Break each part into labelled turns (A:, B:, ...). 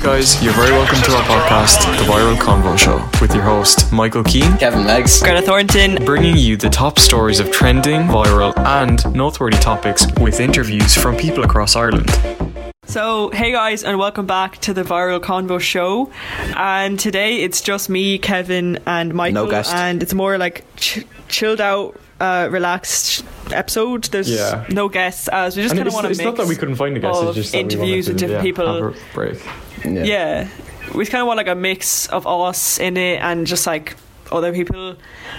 A: guys, you're very welcome to our podcast, The Viral Convo Show, with your host, Michael Keane,
B: Kevin Legs.
C: Greta Thornton.
A: bringing you the top stories of trending, viral, and noteworthy topics with interviews from people across Ireland.
C: So, hey guys, and welcome back to the Viral Convo Show. And today it's just me, Kevin, and Michael.
B: No guest.
C: And it's more like ch- chilled out, uh, relaxed episode. There's
A: Yeah.
C: no guests, as we just kind of want to mix.
A: couldn't find a
C: guest, it's of just that we interviews wanted with to, different yeah, people. have
A: break.
C: Yeah, we kind of want like a mix of us in it and just like other people,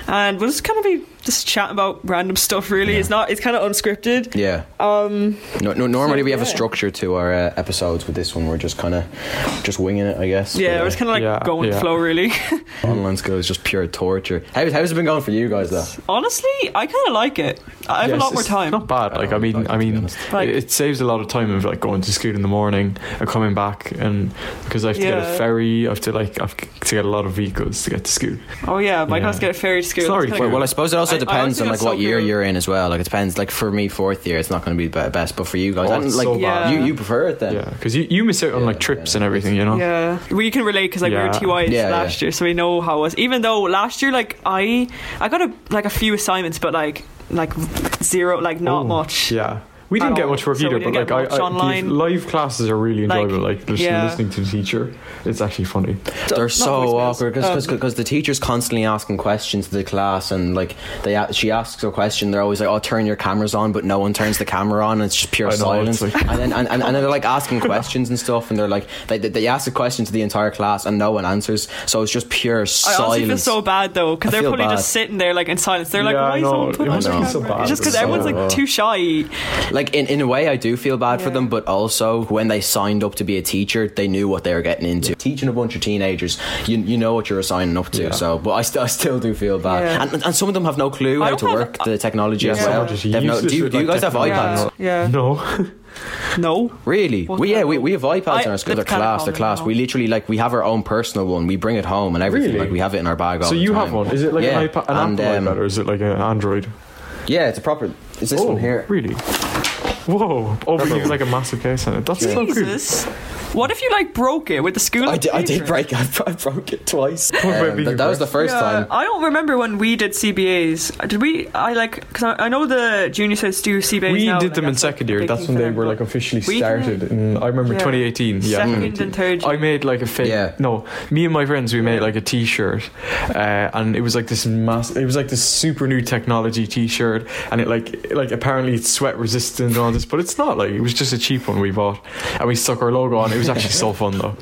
C: and we'll just kind of be just chatting about random stuff. Really, it's not. It's kind of unscripted.
B: Yeah.
C: Um,
B: No, no, normally we have a
C: yeah.
B: structure to our uh, episodes. With this one, we're just kind of just winging it, I guess.
C: yeah,
B: But,
C: we're just kind of like
A: Yeah,
C: going with the
A: yeah.
C: flow. Really.
B: uh, online school is just pure torture. How, how's it been going for you guys, though?
C: Honestly, I kind of like it. I have a lot more time. Um,
A: Not bad. Like I
B: don't
A: mean,
B: like it,
A: I
B: to be
A: mean,
B: honest.
C: Like-
A: it saves a lot of time of like going to school in the morning and coming back, and because I have to get
C: Yeah.
A: a ferry, I have to like I have to get a lot of vehicles to get to school.
C: Oh yeah, Mike
A: Yeah.
C: has to get a ferry to school.
A: It's not
C: That's
A: really
C: kinda
B: Well, well, I suppose it also
C: I- I
B: depends
C: honestly
B: on like
C: got
B: what
C: so
B: year
C: good.
B: you're in as well. Like it depends. Like for me, fourth year, it's not going to be the best, but for you guys,
A: Oh,
B: I don't-
A: it's
B: like
A: so
C: bad.
B: you, you prefer it then.
A: Yeah, because you, you miss out on
B: Yeah,
A: like trips
B: yeah.
A: and everything, you know.
C: Yeah, we can relate because like
A: Yeah.
C: we were TYs
B: Yeah,
C: last
B: yeah.
C: year, so we know how it was. Even though last year, like I, I got a like a few assignments, but like like zero, like not
A: Oh,
C: much.
A: Yeah. We didn't
C: At
A: get
C: all.
A: much work
C: So we
A: either,
C: didn't
A: but
C: get
A: like I,
C: much
A: I
C: online.
A: these live classes are really
C: Like,
A: enjoyable. Like, just
C: yeah.
A: listening to the teacher, it's actually funny.
B: They're
C: Not
B: so
C: voicemails. Um,
B: awkward because the teacher's constantly asking questions to the class and like they a- she asks a question they're always like oh turn your cameras on but no one turns the camera on and it's just pure
A: I know,
B: silence
A: it's like-
B: and then and, and, and then they're like asking questions and stuff and they're like they, they, they ask a question to the entire class and no one answers so it's just pure
C: I honestly feel
B: silence
C: so bad though because
B: I
C: they're
B: feel
C: probably
B: bad.
C: just sitting there like in silence. They're like,
A: Yeah, I
C: why is
A: know.
C: someone
A: It
C: putting on
A: must
C: the
B: be
C: camera?
B: so
A: bad.
C: Just because
A: It's so
C: everyone's like
B: bad.
C: too shy.
B: like in, in a way I do feel bad for
C: Yeah.
B: them but also when they signed up to be a teacher they knew what they were getting into teaching a bunch of teenagers you, you know what you're signing up to
A: Yeah.
B: so but I, st- I still do feel bad
C: Yeah.
B: and, and some of them have no clue
C: I
B: how
C: don't
B: to
C: have-
B: work the technology as
C: Yeah.
B: well
A: Just
B: They have no,
A: useless
B: do, you,
A: with,
B: do you
A: like,
B: guys have
A: technology.
B: iPads
C: Yeah, yeah.
A: No.
C: No,
B: Really?
C: What
B: We,
C: kind
B: yeah,
C: of-
B: we, we have iPads
C: I-
B: in our school. They're
C: that's kinda
B: class, they're
C: common
B: class.
C: now.
B: We literally like we have our own personal one. We bring it home and everything.
A: Really?
B: Like we have it in our bag. All
A: So
B: the
A: you
B: time.
A: have one? Is it like
B: Yeah,
A: an iPad, an
B: and,
A: Apple
B: um,
A: iPad, or is it like an Android?
B: Yeah, it's a proper. It's this
A: oh,
B: one here.
A: really? Whoa! Over
B: Proper
A: you
B: one.
A: like a massive case on it. That's so cool.
C: Jesus. What if you like broke it with the school?
B: I did, I did
C: children?
B: break. I, I broke it twice. Um,
A: about being
B: that, that was the first
C: Yeah,
B: time.
C: I don't remember when we did CBAs. Did we? I like because I, I know the junior sets do CBAs.
A: We
C: now,
A: did
C: like,
A: them in
C: that's, like,
A: second
C: a
A: year.
C: big
A: That's
C: thing
A: when
C: for
A: they
C: them,
A: were
C: but
A: like officially
C: we did
A: started. And I remember
C: Yeah.
A: 2018. Yeah,
C: Second and third.
A: I
C: year.
A: made like a fake.
B: Yeah.
A: No, me and my friends we made like a T-shirt, uh, and it was like this mass. It was like this super new technology T-shirt, and it like like apparently it's sweat resistant and all this, but it's not. Like it was just a cheap one we bought, and we stuck our logo on. It was actually so fun though.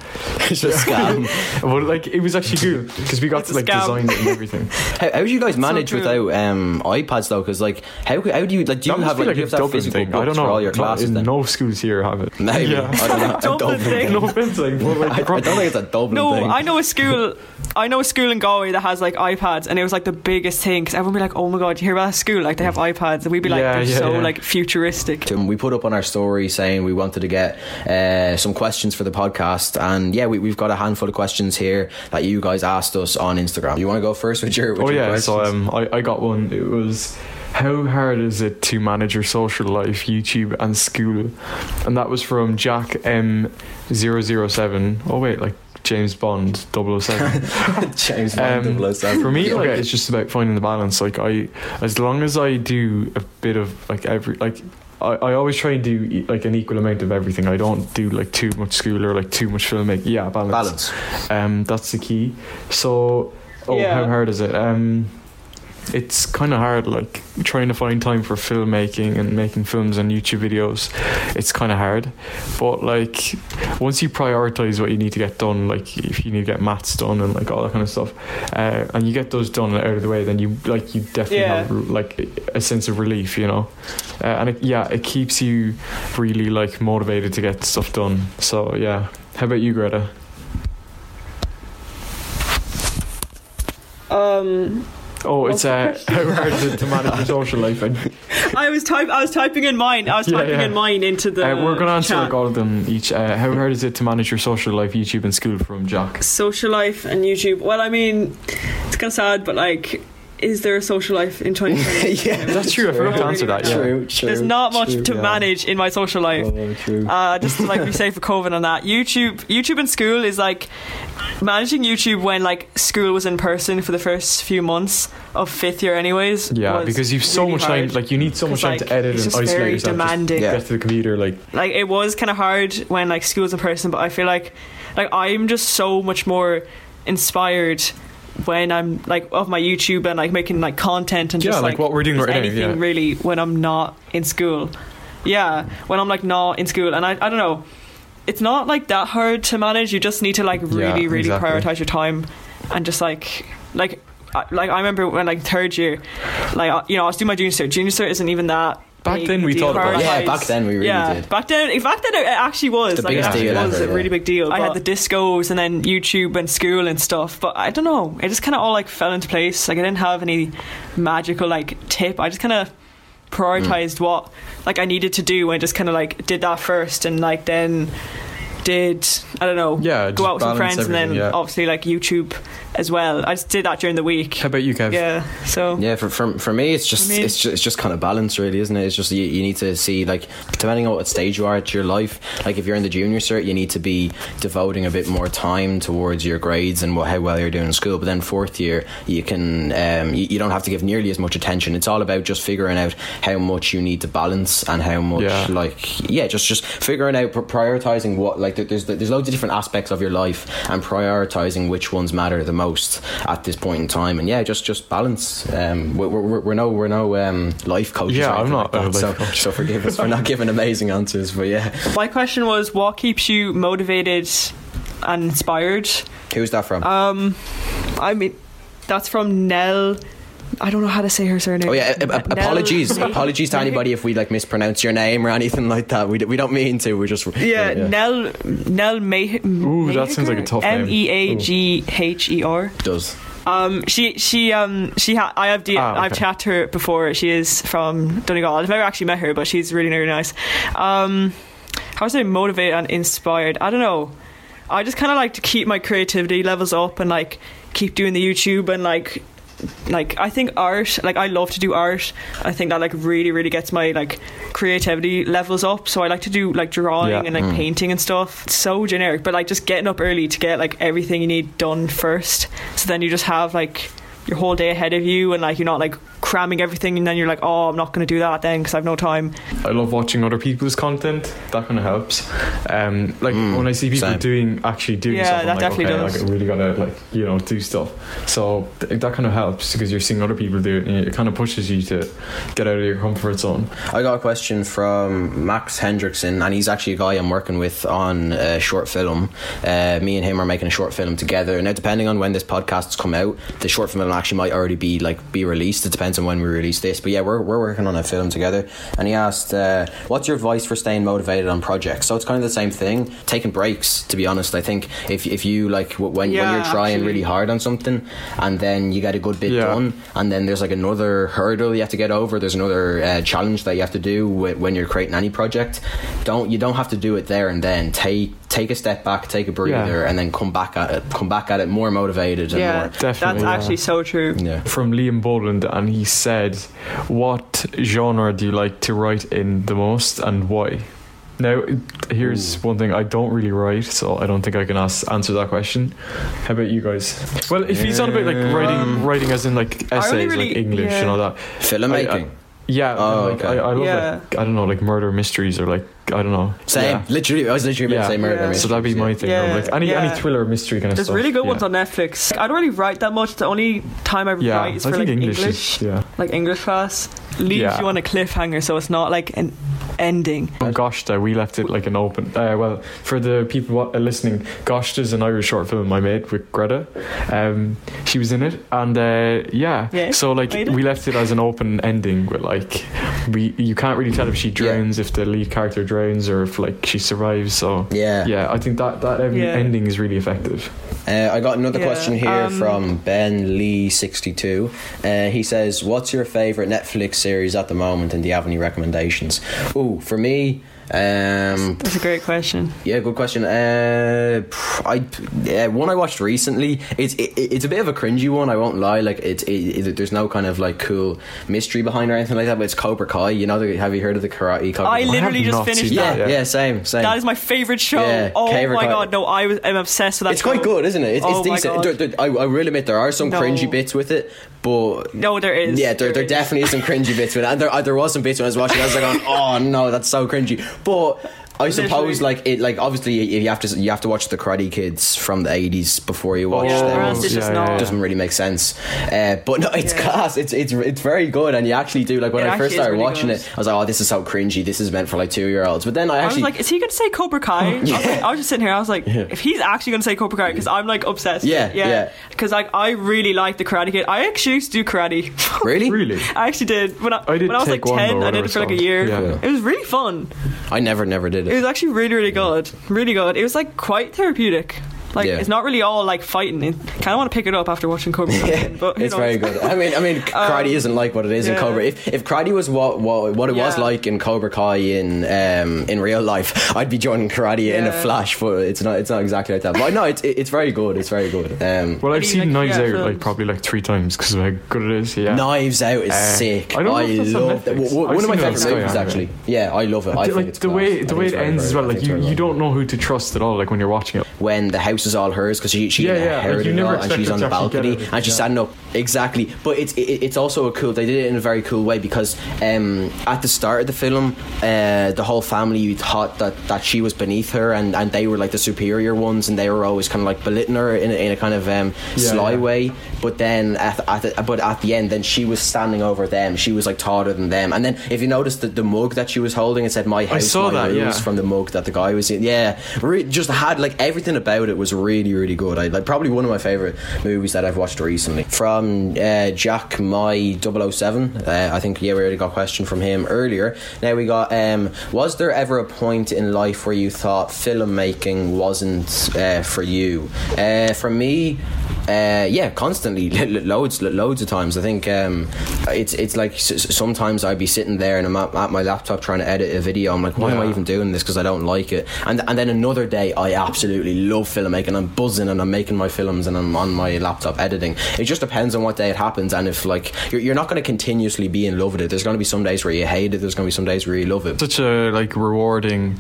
B: It's just scam.
A: Well, like it was actually cool because we got
C: It's
A: to
C: a
A: like
C: scam.
A: design it and everything.
B: How, how do you guys manage
C: cool.
B: without um, iPads though? Because like, how how do you like? Do you
A: That must
B: have
A: be
B: like, do you have to have
A: Dublin
B: physical
A: thing.
B: books
A: I don't know.
B: for all your
A: Not-
B: classes? then?
A: no schools here have it.
B: Maybe.
A: Yeah.
B: I don't know.
C: It's a
B: I don't
C: Dublin thing.
B: think-
A: no offense, like, but like,
B: I don't think it's a Dublin
C: No,
B: thing.
C: I know a school. I know a school in Galway that has like iPads, and it was like the biggest thing because everyone would be like, "Oh my god, you hear about that school? Like they have iPads," and we'd be like,
A: Yeah,
C: "They're
A: yeah,
C: so
A: yeah.
C: like futuristic."
B: to him. We put up on our story saying we wanted to get uh, some questions for the podcast, and yeah, we, we've got a handful of questions here that you guys asked us on Instagram. You want to go first with your? With
A: oh
B: your
A: yeah,
B: questions?
A: so um, I, I got one. It was how hard is it to manage your social life, YouTube, and school? And that was from Jack M 7 Oh wait, like James Bond 007.
B: James
A: Um,
B: Bond 007.
A: For me,
B: Yeah.
A: like, it's just about finding the balance. Like I, as long as I do a bit of like every like. I, I always try and do e- like an equal amount of everything. I don't do like too much school or like too much filmmaking. Yeah,
B: balance.
A: um, that's the key. So, oh,
C: Yeah.
A: how hard is it? Um, it's kind of hard, like trying to find time for filmmaking and making films and YouTube videos. It's kind of hard, but like once you prioritize what you need to get done, like if you need to get maths done and like all that kind of stuff, uh, and you get those done and out of the way, then you like you definitely
C: Yeah.
A: have like a sense of relief, you know. Uh, and it, yeah, it keeps you really like motivated to get stuff done. So yeah, how about you, Greta?
C: Um,
A: Oh,
C: What's
A: it's uh, how hard is it to manage your social life? And, uh,
C: I was type. I was typing in mine. I was
A: Yeah,
C: typing
A: yeah.
C: in mine into the.
A: uh, we're going to answer
C: chat.
A: like all of them each. Uh, how hard is it to manage your social life, YouTube, and school from Jack?
C: social life and YouTube. Well, I mean, it's kind of sad, but like is there a social life in 2020?
B: yeah,
A: That's true. I forgot to answer that. Yeah.
B: True, true.
C: There's not much
B: true,
C: to
B: yeah.
C: manage in my social life.
B: Oh, true.
C: Uh, just to like be safe for COVID on that. YouTube, YouTube in school is like managing YouTube when like school was in person for the first few months of fifth year, anyways.
A: Yeah,
C: was
A: because you've so
C: really
A: much
C: hard.
A: time. Like you need so much
C: 'Cause,
A: time
C: like,
A: to edit
C: it's
A: and
C: just
A: isolate
C: very
A: yourself.
C: demanding.
A: Just
B: Yeah.
A: get to the computer. Like
C: like it was kind of hard when like school was in person but i feel like like i'm just so much more inspired when i'm like of my youtube and like making like content and
A: Yeah,
C: just
A: like what we're doing
C: just
A: right now,
C: anything
A: yeah.
C: really when i'm not in school yeah when i'm like not in school and i, I don't know it's not like that hard to manage you just need to like really really
A: exactly.
C: prioritize your time and just like like I- like I remember when like third year, like I- you know I was doing my junior cert. Junior cert isn't even that.
A: Back
C: big
A: then we
C: a
A: thought about
B: it. Yeah,
C: prioritize.
B: back then we really
C: yeah,
B: did.
C: Back then, back then it actually was.
B: It's the
C: like,
B: biggest
C: it actually
A: deal
C: was
B: ever,
C: a
B: yeah.
C: really big deal. I had
D: But-
C: the discos and then YouTube and school and stuff. But I don't know. It just kind of all like fell into place. Like I didn't have any magical like tip. I just kind of
A: Mm.
C: prioritized what like I needed to do and just kind of like did that first and like then did I don't know
A: Yeah,
C: go
A: just
C: out with
A: balance
C: some friends and then
A: everything, yeah.
C: obviously like YouTube as well. I just did that during the week.
A: how about you, Kev?
C: Yeah. So
B: Yeah, for, for, for me, it's just
C: I mean-
B: it's just, it's just kind of balance, really, isn't it? It's just you, you need to see like depending on what stage you are at your life. Like if you're in the junior cert, you need to be devoting a bit more time towards your grades and what how well you're doing in school. But then fourth year, you can um, you, you don't have to give nearly as much attention. It's all about just figuring out how much you need to balance and how much
A: Yeah.
B: like yeah, just just figuring out prioritizing what like there- there's there's loads of different aspects of your life and prioritizing which ones matter the most at this point in time. And yeah, just just balance. Um, we're, we're, we're no we're no um life coaches.
A: Yeah,
B: or
A: I'm
B: anything
A: not
B: like
A: a
B: that,
A: life
B: so,
A: coach.
B: so forgive us for not giving amazing answers. But yeah,
C: my question was what keeps you motivated and inspired?
B: who's that from?
C: Um, I mean, that's from Nell. I don't know how to say her surname.
B: Oh yeah, a- a-
C: Nell-
B: apologies, apologies to anybody if we like mispronounce your name or anything like that. We, d- we don't mean to. We're just
C: Yeah, Nell Nell May.
A: Ooh, that sounds like a tough name.
C: M E A G H E R.
B: does.
C: Um, she she um she ha- I have de-
A: Ah, okay.
C: I've chatted to her before. She is from Donegal. I've never actually met her, but she's really really nice. Um, how was I motivated and inspired? I don't know. I just kind of like to keep my creativity levels up and like keep doing the YouTube and like like I think art like I love to do art. I think that like really really gets my like creativity levels up. So I like to do like drawing
A: Yeah.
C: and like painting and stuff. It's so generic, but like just getting up early to get like everything you need done first. So then you just have like your whole day ahead of you and like you're not like cramming everything and then you're like oh I'm not going to do that then because I've no time.
A: I love watching other people's content. That kind of helps. Um, like
B: Mm,
A: when I see people
B: same.
A: doing actually doing
C: Yeah,
A: stuff, I'm
C: that
A: like,
C: definitely
A: okay,
C: does.
A: like I really gotta like you know do stuff. So th- that kind of helps because you're seeing other people do it, and it kind of pushes you to get out of your comfort zone.
B: I got a question from Max Hendrickson, and he's actually a guy I'm working with on a short film. Uh, me and him are making a short film together. Now, depending on when this podcast's come out, the short film actually might already be like be released. It depends on when we release this, but yeah, we're, we're working on a film together. And he asked, uh, "What's your advice for staying motivated on projects?" So it's kind of the same thing, taking breaks. To be honest, I think if if you like w- when when
C: Yeah,
B: you're trying
C: actually.
B: really hard on something, and then you get a good bit
A: Yeah.
B: done and then there's like another hurdle you have to get over there's another uh, challenge that you have to do wh- when you're creating any project don't you don't have to do it there and then take take a step back take a breather and then come back at it come back at it more motivated and more
A: Definitely,
C: that's
A: yeah.
C: actually so true.
B: yeah
A: From Liam Boland, and he said, "What genre do you like to write in the most, and why?" Now, here's one thing I don't really write, so I don't think I can ask, answer that question. How about you guys? Well, if he's on about like writing,
C: Um,
A: writing as in like
C: I only
A: essays, like
C: really-
A: English and
C: yeah.
A: all that.
B: filmmaking
A: I- I- Yeah,
B: Oh,
A: like,
B: okay.
A: I, I love
C: Yeah.
A: like I don't know, like murder mysteries or like I don't know.
B: same
A: Yeah.
B: literally I was literally about to
A: Yeah.
B: say murder
C: Yeah.
A: So that'd be
B: mysteries,
A: my
B: yeah.
A: thing.
C: Yeah.
A: or, Like any
C: Yeah.
A: any thriller mystery kind of
C: There's
A: stuff.
C: really good
A: yeah.
C: ones on Netflix. I don't really write that much. The only time I
A: Yeah,
C: write is
A: I
C: for
A: think
C: like
A: English.
C: English,
A: Is, yeah.
C: like English class. Leaves
A: Yeah.
C: you on a cliffhanger, so it's not like an ending.
A: But gosh, that we left it like an open. Uh, well, for the people wa- uh, listening, gosh, there's an Irish short film I made with Greta. Um, she was in it, and uh, yeah,
C: Yeah,
A: so like
C: made it.
A: we left it as an open ending, but like we you can't really tell if she drowns, if the lead character drowns, or if like she survives. So
B: yeah
A: yeah, I think that that um,
C: Yeah.
A: ending is really effective.
B: Uh, I got another
C: Yeah,
B: question here
C: um,
B: from Ben Lee sixty two. Uh, he says, "What's your favorite Netflix series at the moment, and do you have any recommendations?" Ooh, for me, Um,
C: That's a great question.
B: yeah, good question. Uh, pff, I uh, one I watched recently. It's it, it's a bit of a cringy one. I won't lie. Like it's it, it- there's no kind of like cool mystery behind or anything like that. But it's Cobra Kai. You know, the, have you heard of the Karate Cobra? Kai?
C: I
A: have
C: literally just
A: not
C: finished
A: seen
C: that.
A: that.
B: yeah,
A: Yeah.
B: yeah, same, same.
C: That is my favorite show.
B: Yeah,
C: oh
B: Cobra
C: my
B: Kai.
C: god, no! I was, I'm obsessed with that.
B: it's quite
C: show.
B: good, isn't it? It's,
C: Oh
B: it's
C: my
B: decent.
C: God.
B: There- there- I, I will admit there are some
C: No.
B: cringy bits with it, but
C: No, there is.
B: Yeah, there, there
C: is.
B: definitely is some cringy bits with it. And there, uh, there was some bits when I was watching, I was like, going, oh no, that's so cringy. But I suppose,
C: Literally.
B: like it, like obviously you you have to you have to watch the Karate Kids from the eighties before you watch
C: Yeah,
A: Oh,
C: or
B: them.
C: else it's just
A: yeah,
C: not.
A: yeah,
B: It
A: yeah.
B: doesn't really make sense, uh, but no, it's
C: Yeah.
B: class. It's it's it's very good, and you actually do like when
C: It
B: I first
C: actually is
B: started
C: really
B: watching
C: good.
B: it, I was like, "Oh, this is so cringy. This is meant for like two year olds." But then I
C: I was
B: actually,
C: like, is he going to say Cobra Kai? I, was like- I was just sitting here. I was like,
B: Yeah.
C: if he's actually going to say Cobra Kai, because I'm like obsessed.
B: Yeah, yeah.
C: Because like I really like the Karate Kid. I actually used to do karate.
B: really,
A: Really?
C: I actually did when I,
A: I did
C: when I was like
A: take one,
C: ten.
A: though,
C: I did
A: whatever
C: it for like a
A: it's
C: year.
A: called.
B: Yeah.
C: It was really fun.
B: I never, never did
C: It
B: it.
C: was actually really, really good. Really good. It was like quite therapeutic. Like
B: Yeah.
C: it's not really all like fighting. It, kind of want to pick it up after watching Cobra Kai. again, but you
B: It's
C: know, Um,
B: very good. I mean, I mean, karate isn't like what it is in
C: yeah.
B: Cobra. If if karate was what what, what it was
C: Yeah.
B: like in Cobra Kai in um, in real life, I'd be joining karate in a
C: Yeah.
B: flash. But it's not it's not exactly like that. But no, it's it's very good. It's very good. Um,
A: Well, I've
C: do you
A: seen
C: like-
A: Knives
C: yeah,
A: Out like
C: films?
A: probably like three times because of how good it is. Yeah.
B: Knives Out is
A: Uh,
B: sick.
A: I don't know if that's on
B: love that.
A: Netflix.
B: W-
A: I've
B: One of my
A: seen it on
B: favorite
A: Sky,
B: movies,
A: haven't I?
B: actually. Yeah, I love it.
A: The-
B: I think
A: like
B: it's
A: the
B: class. I
A: way
B: think
A: the way
B: it's
A: it
B: very,
A: ends
B: very
A: as
B: good.
A: well,
B: I
A: like
B: think
A: you,
B: it's very
A: you
B: well
A: don't know who to trust at all, like when you're watching it.
B: when the house is all hers because she she
A: Yeah, yeah, like,
B: inherited
A: you
B: it
A: never
B: all, and
A: expect
B: she's
A: her
B: on
A: to
B: the
A: actually get
B: balcony
A: it,
B: and she's
A: yeah.
B: standing up exactly. But it's it, it's also a cool. They did it in a very cool way because um, at the start of the film, uh, the whole family thought that, that she was beneath her and, and they were like the superior ones and they were always kind of like belittling her in a, in a kind of um,
A: Yeah,
B: sly
A: yeah.
B: way. But then at the, at the, but at the end, then she was standing over them. She was like taller than them. And then if you notice that the mug that she was holding, it said "My House,
A: saw
B: My
A: that,
B: Rules"
A: yeah.
B: from from the mug that the guy was in. Yeah, re- just had like everything about it was really really good. I like probably one of my favorite movies that I've watched recently. From uh, Jack My 007, uh, I think yeah we already got a question from him earlier. Now we got um, was there ever a point in life where you thought filmmaking wasn't uh, for you? Uh, for me. Uh, yeah, constantly, lo- lo- loads, lo- loads of times. I think um, it's it's like s- s- sometimes I'd be sitting there and I'm at, at my laptop trying to edit a video. I'm like, why am I
A: Yeah.
B: even doing doing this because I don't like it. And and then another day, I absolutely love filmmaking. I'm buzzing and I'm making my films and I'm on my laptop editing. It just depends on what day it happens and if like you're, you're not going to continuously be in love with it. There's going to be some days where you hate it. There's going to be some days where you love it.
A: Such a like rewarding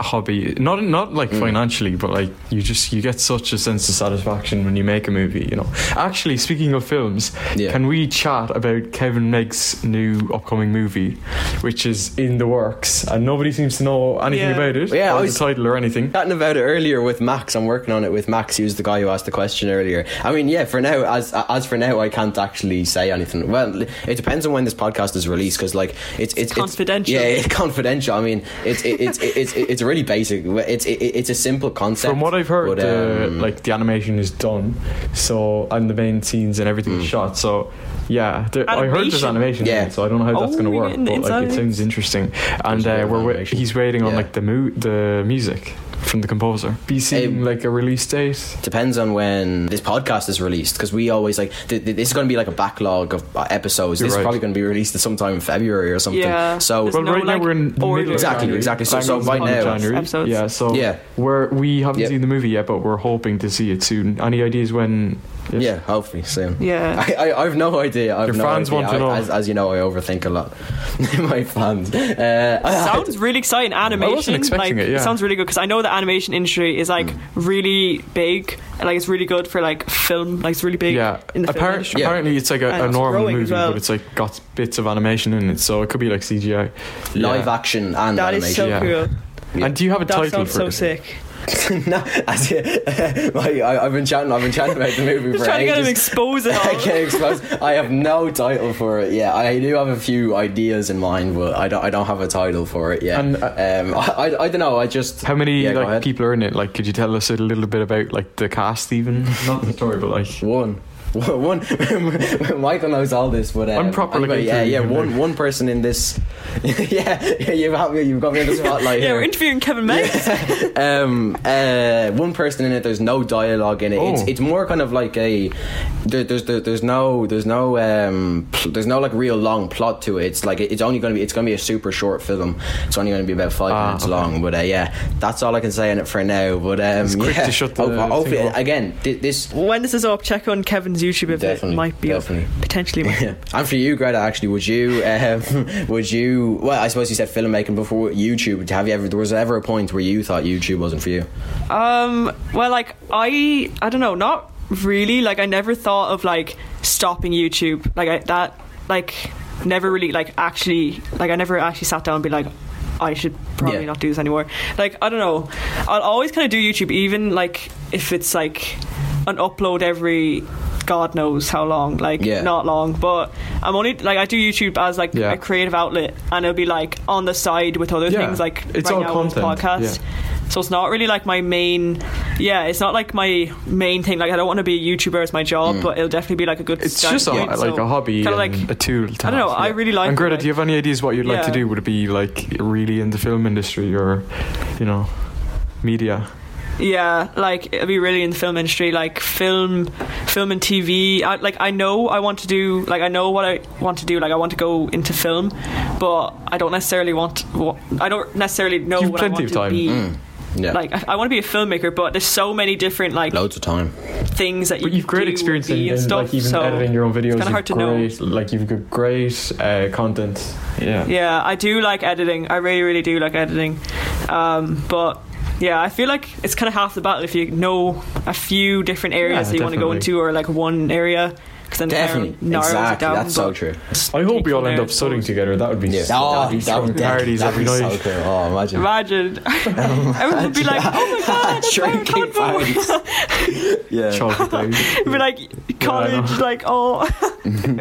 A: hobby. Not not like
B: Mm.
A: financially, but like you just you get such a sense of satisfaction when you make a movie. You know. Actually, speaking of films,
B: Yeah.
A: can we chat about Kevin Meg's new upcoming movie, which is in the works, and nobody seems to know anything
C: Yeah.
A: about it,
B: Yeah, I
A: or the
B: was-
A: title or anything.
B: chatting about it earlier with Max. I'm working on it with Max. He was the guy who asked the question earlier. I mean, yeah. For now, as as for now, I can't actually say anything. Well, it depends on when this podcast is released because, like, it's it's,
C: confidential.
B: yeah, it's confidential. I mean, it's it, it's it's it's really basic. It's it, it's a simple concept.
A: From what I've heard,
B: but,
A: uh,
B: um,
A: like the animation is done, so and the main scenes and everything is
B: Mm.
A: shot. So yeah, there, I heard there's
C: Animation?
A: animation. in
B: Yeah.
A: it, so I don't know how that's
C: Oh,
A: going to
C: we're
A: work,
C: getting the
A: but like it
C: inside.
A: sounds interesting. And
B: There's a
A: uh,
B: bit of
A: we're wait-
B: animation.
A: he's waiting on
B: Yeah.
A: like the mu- the music from the composer. Be seeing
B: Um,
A: like a release date.
B: depends on when this podcast is released because we always like th- th- this is going to be like a backlog of uh, episodes.
A: You're
B: this is
A: right.
B: probably going to be released sometime in February or something.
C: Yeah.
B: So
C: There's
A: Well,
C: no,
A: right now
C: like,
A: we're in the
C: order.
A: middle of
B: Exactly,
A: January.
B: exactly. So- so
A: Bangles
B: right
A: on
B: now-
A: January.
C: Episodes.
A: yeah. So
B: Yeah.
A: we're we haven't
B: Yep.
A: seen the movie yet, but we're hoping to see it soon. Any ideas when? it's-
B: yeah, hopefully soon.
C: Yeah.
B: I, I, I've no idea. I've
A: Your
B: no
A: fans
B: idea.
A: want to
B: I-
A: know.
B: As, as you know, I overthink a lot. My fans. Uh, I-
C: sounds really exciting. Animation.
A: expecting
C: like,
A: it, yeah. Mm.
C: sounds really good because I know the animation industry is like really big. And, like it's really good for like film. Like it's really big.
A: Yeah,
C: In the film
A: Appar-
C: industry.
A: apparently it's like a,
C: And
A: a
C: it's
A: normal
C: growing as
A: movie,
C: well.
A: but it's like got bits of animation in it, so it could be like CGI.
B: live
A: Yeah.
B: action and
C: That
B: animation.
C: is so
A: Mm, Yeah.
C: cool.
A: And do you have a
C: That
A: title
C: sounds
A: for
C: so
A: it?
C: sick.
B: no, as, I, I, I've been chatting. I've been chatting about the movie
C: Just
B: for
C: trying to get him
B: ages.
C: exposed and
B: I
C: all.
B: can't expose. I have no title for it. Yeah, I do have a few ideas in mind, but I don't. I don't have a title for it yet.
A: And, uh,
B: um, I, I, I don't know. I just
A: How many
B: Yeah, go
A: like
B: ahead.
A: people are in it? Like, could you tell us a little bit about like the cast, even not the story, but like
B: one. one Michael knows all this, but um,
A: I'm proper
B: anyway,
A: looking
B: yeah,
A: through
B: yeah.
A: him
B: One
A: now.
B: one person in this, yeah, yeah. You've got me, you've got me in the spotlight.
C: Yeah,
B: here.
C: we're interviewing Kevin May.
B: um, uh, one person in it. There's no dialogue in it. It's
A: Oh.
B: it's more kind of like a there, there's there, there's no there's no um pl- there's no like real long plot to it. It's like it's only gonna be it's gonna be a super short film. It's only gonna be about five
A: Ah,
B: minutes
A: okay.
B: long. But uh, yeah, that's all I can say on it for now. But um,
A: It's quick
B: yeah,
A: to shut the
B: Ho-
A: thing
B: hopefully
A: up.
B: again thi- this.
C: When this is up, check on Kevin's YouTube if
B: Definitely,
C: it might be up.
B: definitely.
C: Potentially might.
B: Yeah. And for you, Greta, actually, would you, um, would you? Well, I suppose you said filmmaking before YouTube. Have you ever? There was ever a point where you thought YouTube wasn't for you?
C: Um. Well, like I, I don't know, not really. Like I never thought of like stopping YouTube. Like I that like never really like actually like I never actually sat down and be like. I should probably
B: Yeah.
C: not do this anymore. Like I don't know. I'll always kind of do YouTube, even like if it's like an upload every God knows how long. Like
B: Yeah.
C: not long, but I'm only like I do YouTube as like
A: Yeah.
C: a creative outlet, and it'll be like on the side with other
A: Yeah.
C: things like
A: It's
C: right
A: all
C: now with
A: content,
C: podcasts. So it's not really like my main. Yeah, it's not like my main thing. Like I don't want to be a YouTuber as my job, but it'll definitely be like a good.
A: Mm. It's
C: starting
A: just a,
C: point.
A: like
C: So
A: a hobby,
C: kinda
A: and
C: like-
A: a tool. To
C: I don't know,
A: have,
C: I really like
A: And Greta,
C: it.
A: do you have any ideas what you'd like to
C: Yeah.
A: do? Would it be like really in the film industry or, you know, media?
C: Yeah, like it'll be really in the film industry, like film, film and TV. I, like I know I want to do, like I know what I want to do. Like I want to go into film, but I don't necessarily want. What, I don't necessarily know
A: You've
C: what I
A: plenty
C: want
A: of
C: to
A: time. Mm.
C: be.
B: Yeah,
C: Like I, I want to be a filmmaker, but there's so many different like
B: loads of time.
C: things that you
A: But you've
C: could
A: great
C: do
A: experience
C: and be
A: in,
C: and
A: in,
C: stuff.
A: like even
C: so
A: editing your own videos.
C: kinda
A: You've
C: hard to know.
A: great, Like you've got great uh, content. Yeah.
C: Yeah, I do like editing. I really, really do like editing. Um, but yeah, I feel like it's kind of half the battle if you know a few different areas
A: Yeah,
C: that you want to go
A: definitely.
C: into, or like one area. Because then it narrow-
B: Definitely,
C: narrows it
B: exactly.
C: down,
B: That's so
C: but-
B: true.
A: I hope we all end up
C: Yeah.
A: studying together. That would be
B: Yeah. Oh,
A: s- that'd be throwing parties every night.
B: So cool. Oh, imagine.
C: Imagine everyone would be like, "Oh my god, that's where I
B: Drinking
C: come from."
B: parties. yeah.
A: Chocolate days.
C: Be like college, like oh,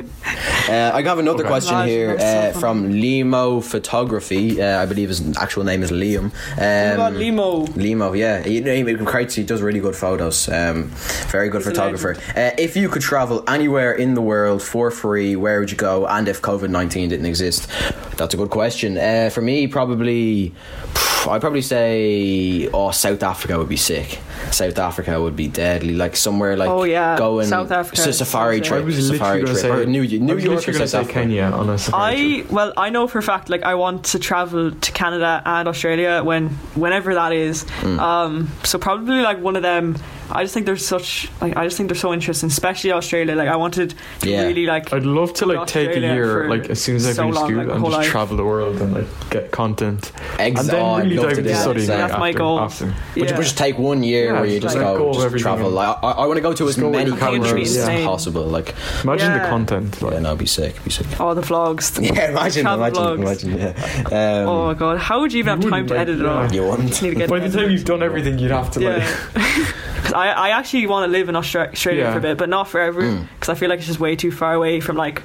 B: Uh, I have another
A: Okay.
B: question
C: Imagine
B: here uh,
C: that's so
B: from Limo Photography. Uh, I believe his actual name is Liam. Um,
C: god, Limo.
B: Limo, yeah. He, he, he creates- he does really good photos. Um, very good
C: He's a
B: photographer. Uh, if you could travel anywhere in the world for free, where would you go? And if COVID 19 didn't exist? That's a good question. Uh, for me, probably, pff, I'd probably say, oh, South Africa would be sick. South Africa would be deadly. Like somewhere like,
C: Oh, yeah.
B: going.
C: South Africa
B: It's a
C: is
B: safari
C: something.
A: I
B: trip.
A: was
B: safari
A: literally going to
B: trip.
A: say
B: Or New,
A: I
B: New
A: was
B: York or
A: going to
B: South
A: say
B: Africa.
A: Kenya on a safari trip.
C: I well, I know for a fact like I want to travel to Canada and Australia when whenever that is.
B: Mm.
C: Um, so probably like one of them. I just think they're such like I just think they're so interesting, especially Australia. Like I wanted to
B: Yeah.
C: really like
A: I'd love to
C: Go to
A: like take a
C: Australia
A: year,
C: for
A: like as soon as I
C: so
A: finish
C: long,
A: school,
C: like,
A: and
C: whole
A: just
C: life.
A: travel the world and like get content,
B: Ex-
A: and then
B: oh, I'd
A: really
B: love
A: dive
B: to do
A: into
B: that.
A: studying.
B: Exactly.
C: That's
A: after,
C: my goal.
A: After.
B: Would you
C: yeah.
B: but just take one year
A: Yeah,
B: where you
A: just
B: just
A: let
B: go,
A: go of
B: just
A: everything.
B: travel. Like, I, I want to go to as
A: Just go with
B: many
A: the camera.
B: countries as
C: Insane.
B: possible. Like,
A: Imagine the
C: Yeah.
A: content.
B: yeah,
A: Like,
B: no, it'd be sick. It'd be sick.
C: all the vlogs.
B: Yeah, imagine,
C: Travel
B: imagine,
C: vlogs.
B: imagine. Yeah. Um,
C: Oh my god, how would you even have
A: You
C: time to
A: wouldn't,
C: edit it
A: like,
C: all?
A: yeah.
B: you
C: Just
B: want?
C: need to get
A: by the
C: it.
A: time you've done everything, you'd have to like.
C: Yeah. 'Cause I, I actually want to live in Austra- Australia
A: Yeah.
C: for a bit, but not forever,
B: Mm.
C: because I feel like it's just way too far away from like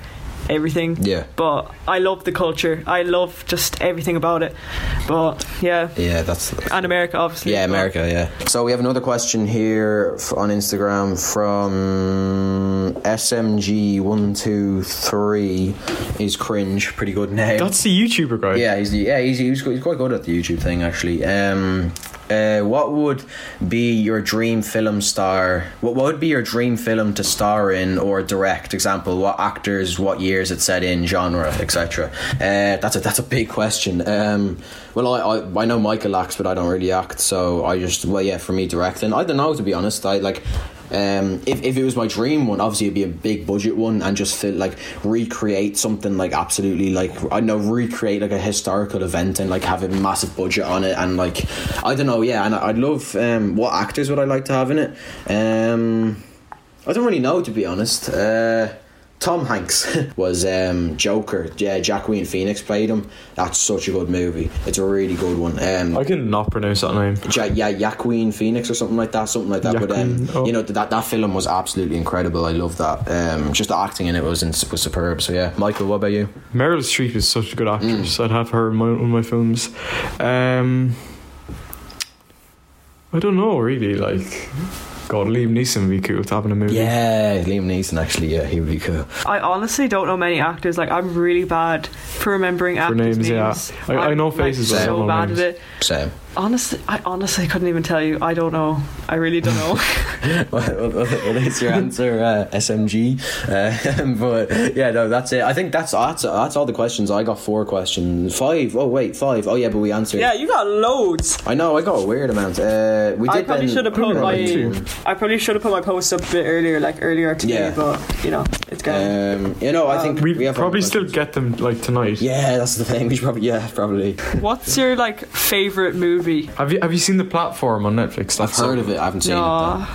C: everything.
B: Yeah.
C: But I love the culture. I love just everything about it. But yeah,
B: Yeah, that's.
C: and America obviously.
B: Yeah,
C: but-
B: America, yeah. So we have another question here f- on Instagram from SMG123. He's cringe, pretty good name.
A: That's the YouTuber guy.
B: Yeah, he's yeah he's, he's he's quite good at the YouTube thing actually. Um, uh, what would be your dream film star? What what would be your dream film to star in or direct? Example: what actors, what years it's set in, genre, etc. Uh, that's a that's a big question. Um, well, I, I I know Michael acts, but I don't really act, so I just well yeah for me directing. I don't know to be honest. I like. Um, if, if it was my dream one, obviously it'd be a big budget one and just feel like recreate something like absolutely like I know recreate like a historical event and like have a massive budget on it and like I don't know yeah and I- I'd love um, what actors would I like to have in it um, I don't really know to be honest uh, Tom Hanks was um, Joker yeah Jacqueline Phoenix played him that's such a good movie it's a really good one um,
A: I can not pronounce that name.
B: Ja- yeah, Yaqueen Phoenix or something like that, something like that. but um,
A: Yaqueen, oh.
B: you know that that film was absolutely incredible. I love that. Um, just the acting in it was in, was superb. So yeah, Michael, what about you?
A: Meryl Streep is such a good actress.
B: Mm.
A: I'd have her in my, one of my films. Um, I don't know really. Like, God, Liam Neeson would be cool to have in a movie.
B: Yeah, Liam Neeson actually. Yeah, he would be cool.
C: I honestly don't know many actors. Like I'm really bad for remembering actors'
A: names, yeah. I- I
C: I'm,
A: know faces,
B: but I
C: Like,
B: don't
C: so
A: know
C: bad
A: names.
C: at it.
B: Same.
C: Honestly, I honestly couldn't even tell you. I don't know. I really don't know.
B: what, what, what is your answer, uh, SMG? Uh, but yeah, no, that's it. I think that's that's that's all the questions. I got four questions. Five. Oh wait, five. Oh yeah, but we answered.
C: yeah, you got loads.
B: I know. I got a weird amount. Uh, we did.
C: I probably
B: then-
C: should have put my
A: like two.
C: I probably should have put my post up a bit earlier, like earlier today.
B: Yeah.
C: But you know, it's gone.
B: Um, you know, I think
A: We,
B: we have
A: probably
B: all the
A: still
B: questions.
A: get them like tonight.
B: Yeah, that's the thing. We should probably. Yeah, probably.
C: What's your like favorite movie?
A: Have you have you seen the platform on Netflix?
B: I've heard of it. I haven't seen it.
C: No,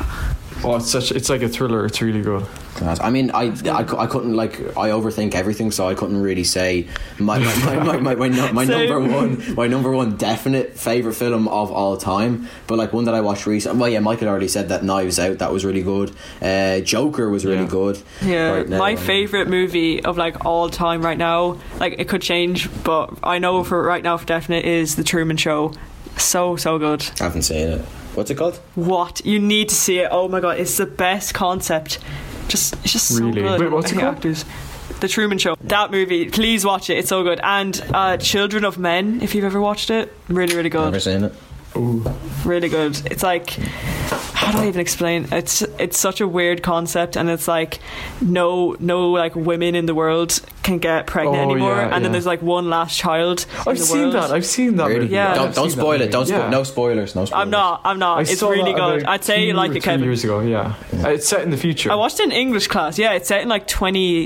A: Oh, it's such it's like a thriller. It's really good.
B: Class. I mean, I, I, cou- I couldn't like I overthink everything, so I couldn't really say my my my, my, my, my, nu- my
C: Same.
B: number one my number one definite favorite film of all time. But like one that I watched recently. Well, yeah, Michael already said that Knives Out that was really good. Uh, Joker was really
A: Yeah.
B: good.
C: yeah,
B: Right now, um,
C: my
B: I mean-
C: favorite movie of like all time right now. Like it could change, but I know for right now for definite is The Truman Show. So so good.
B: I haven't seen it. What's it called?
C: What you need to see it. Oh my god, it's the best concept. Just it's just
A: Really?
C: so good.
A: Wait, what's it
C: I hate
A: called?
C: Actors. The Truman Show. That movie, please watch it. It's so good. And uh, Children of Men, if you've ever watched it, really, really good.
B: Never seen it.
A: Ooh.
C: really good. It's like how do I even explain? It's it's such a weird concept, and it's like no no like women in the world can get pregnant
A: Oh,
C: anymore,
A: yeah,
C: and then
A: yeah.
C: there's like one last child. in
A: I've
C: the
A: seen
C: world.
A: that. I've seen that.
B: Really?
A: Movie.
C: Yeah.
B: Don't
A: I've
B: don't
A: seen that
B: spoil it.
A: movie.
B: Don't spo-
A: Yeah.
B: no spoilers. No spoilers.
C: I'm not. I'm not.
A: I
C: it's
A: saw
C: really
A: that
C: good.
A: about
C: I'd say you
A: two
C: like
A: or
C: it,
A: three
C: Kevin.
A: years ago. Yeah. Uh, it's set in the future.
C: I watched it in English class. Yeah, it's set in like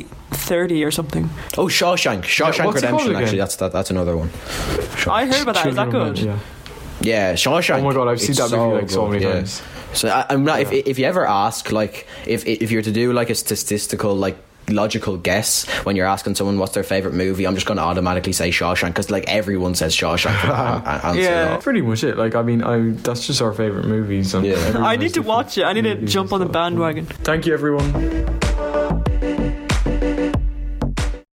C: 2030 or something.
B: Oh, Shawshank. Shawshank
A: Yeah, what's it called
B: Redemption.
A: again?
B: Actually, that's that, that's another one. Shaw-
C: I heard about that. Is that
A: Children
C: good?
A: of Men, yeah.
B: yeah, Shawshank.
A: Oh my god, I've seen
B: It's
A: that movie like so
B: good,
A: many
B: yeah.
A: times.
B: So I, I'm not. If,
A: Yeah.
B: if you ever ask, like, if if you're to do like a statistical, like logical guess when you're asking someone what's their favorite movie, I'm just going to automatically say Shawshank because like everyone says Shawshank. for that an- an- answer,
C: Yeah.
B: though.
A: That's pretty much it. Like I mean, I that's just our favorite movies. And
B: Yeah.
A: everyone
C: I
A: has
C: need to
A: different
C: watch it. I need to
A: movies
C: jump
A: and
C: on the
A: stuff.
C: bandwagon.
A: Thank you, everyone.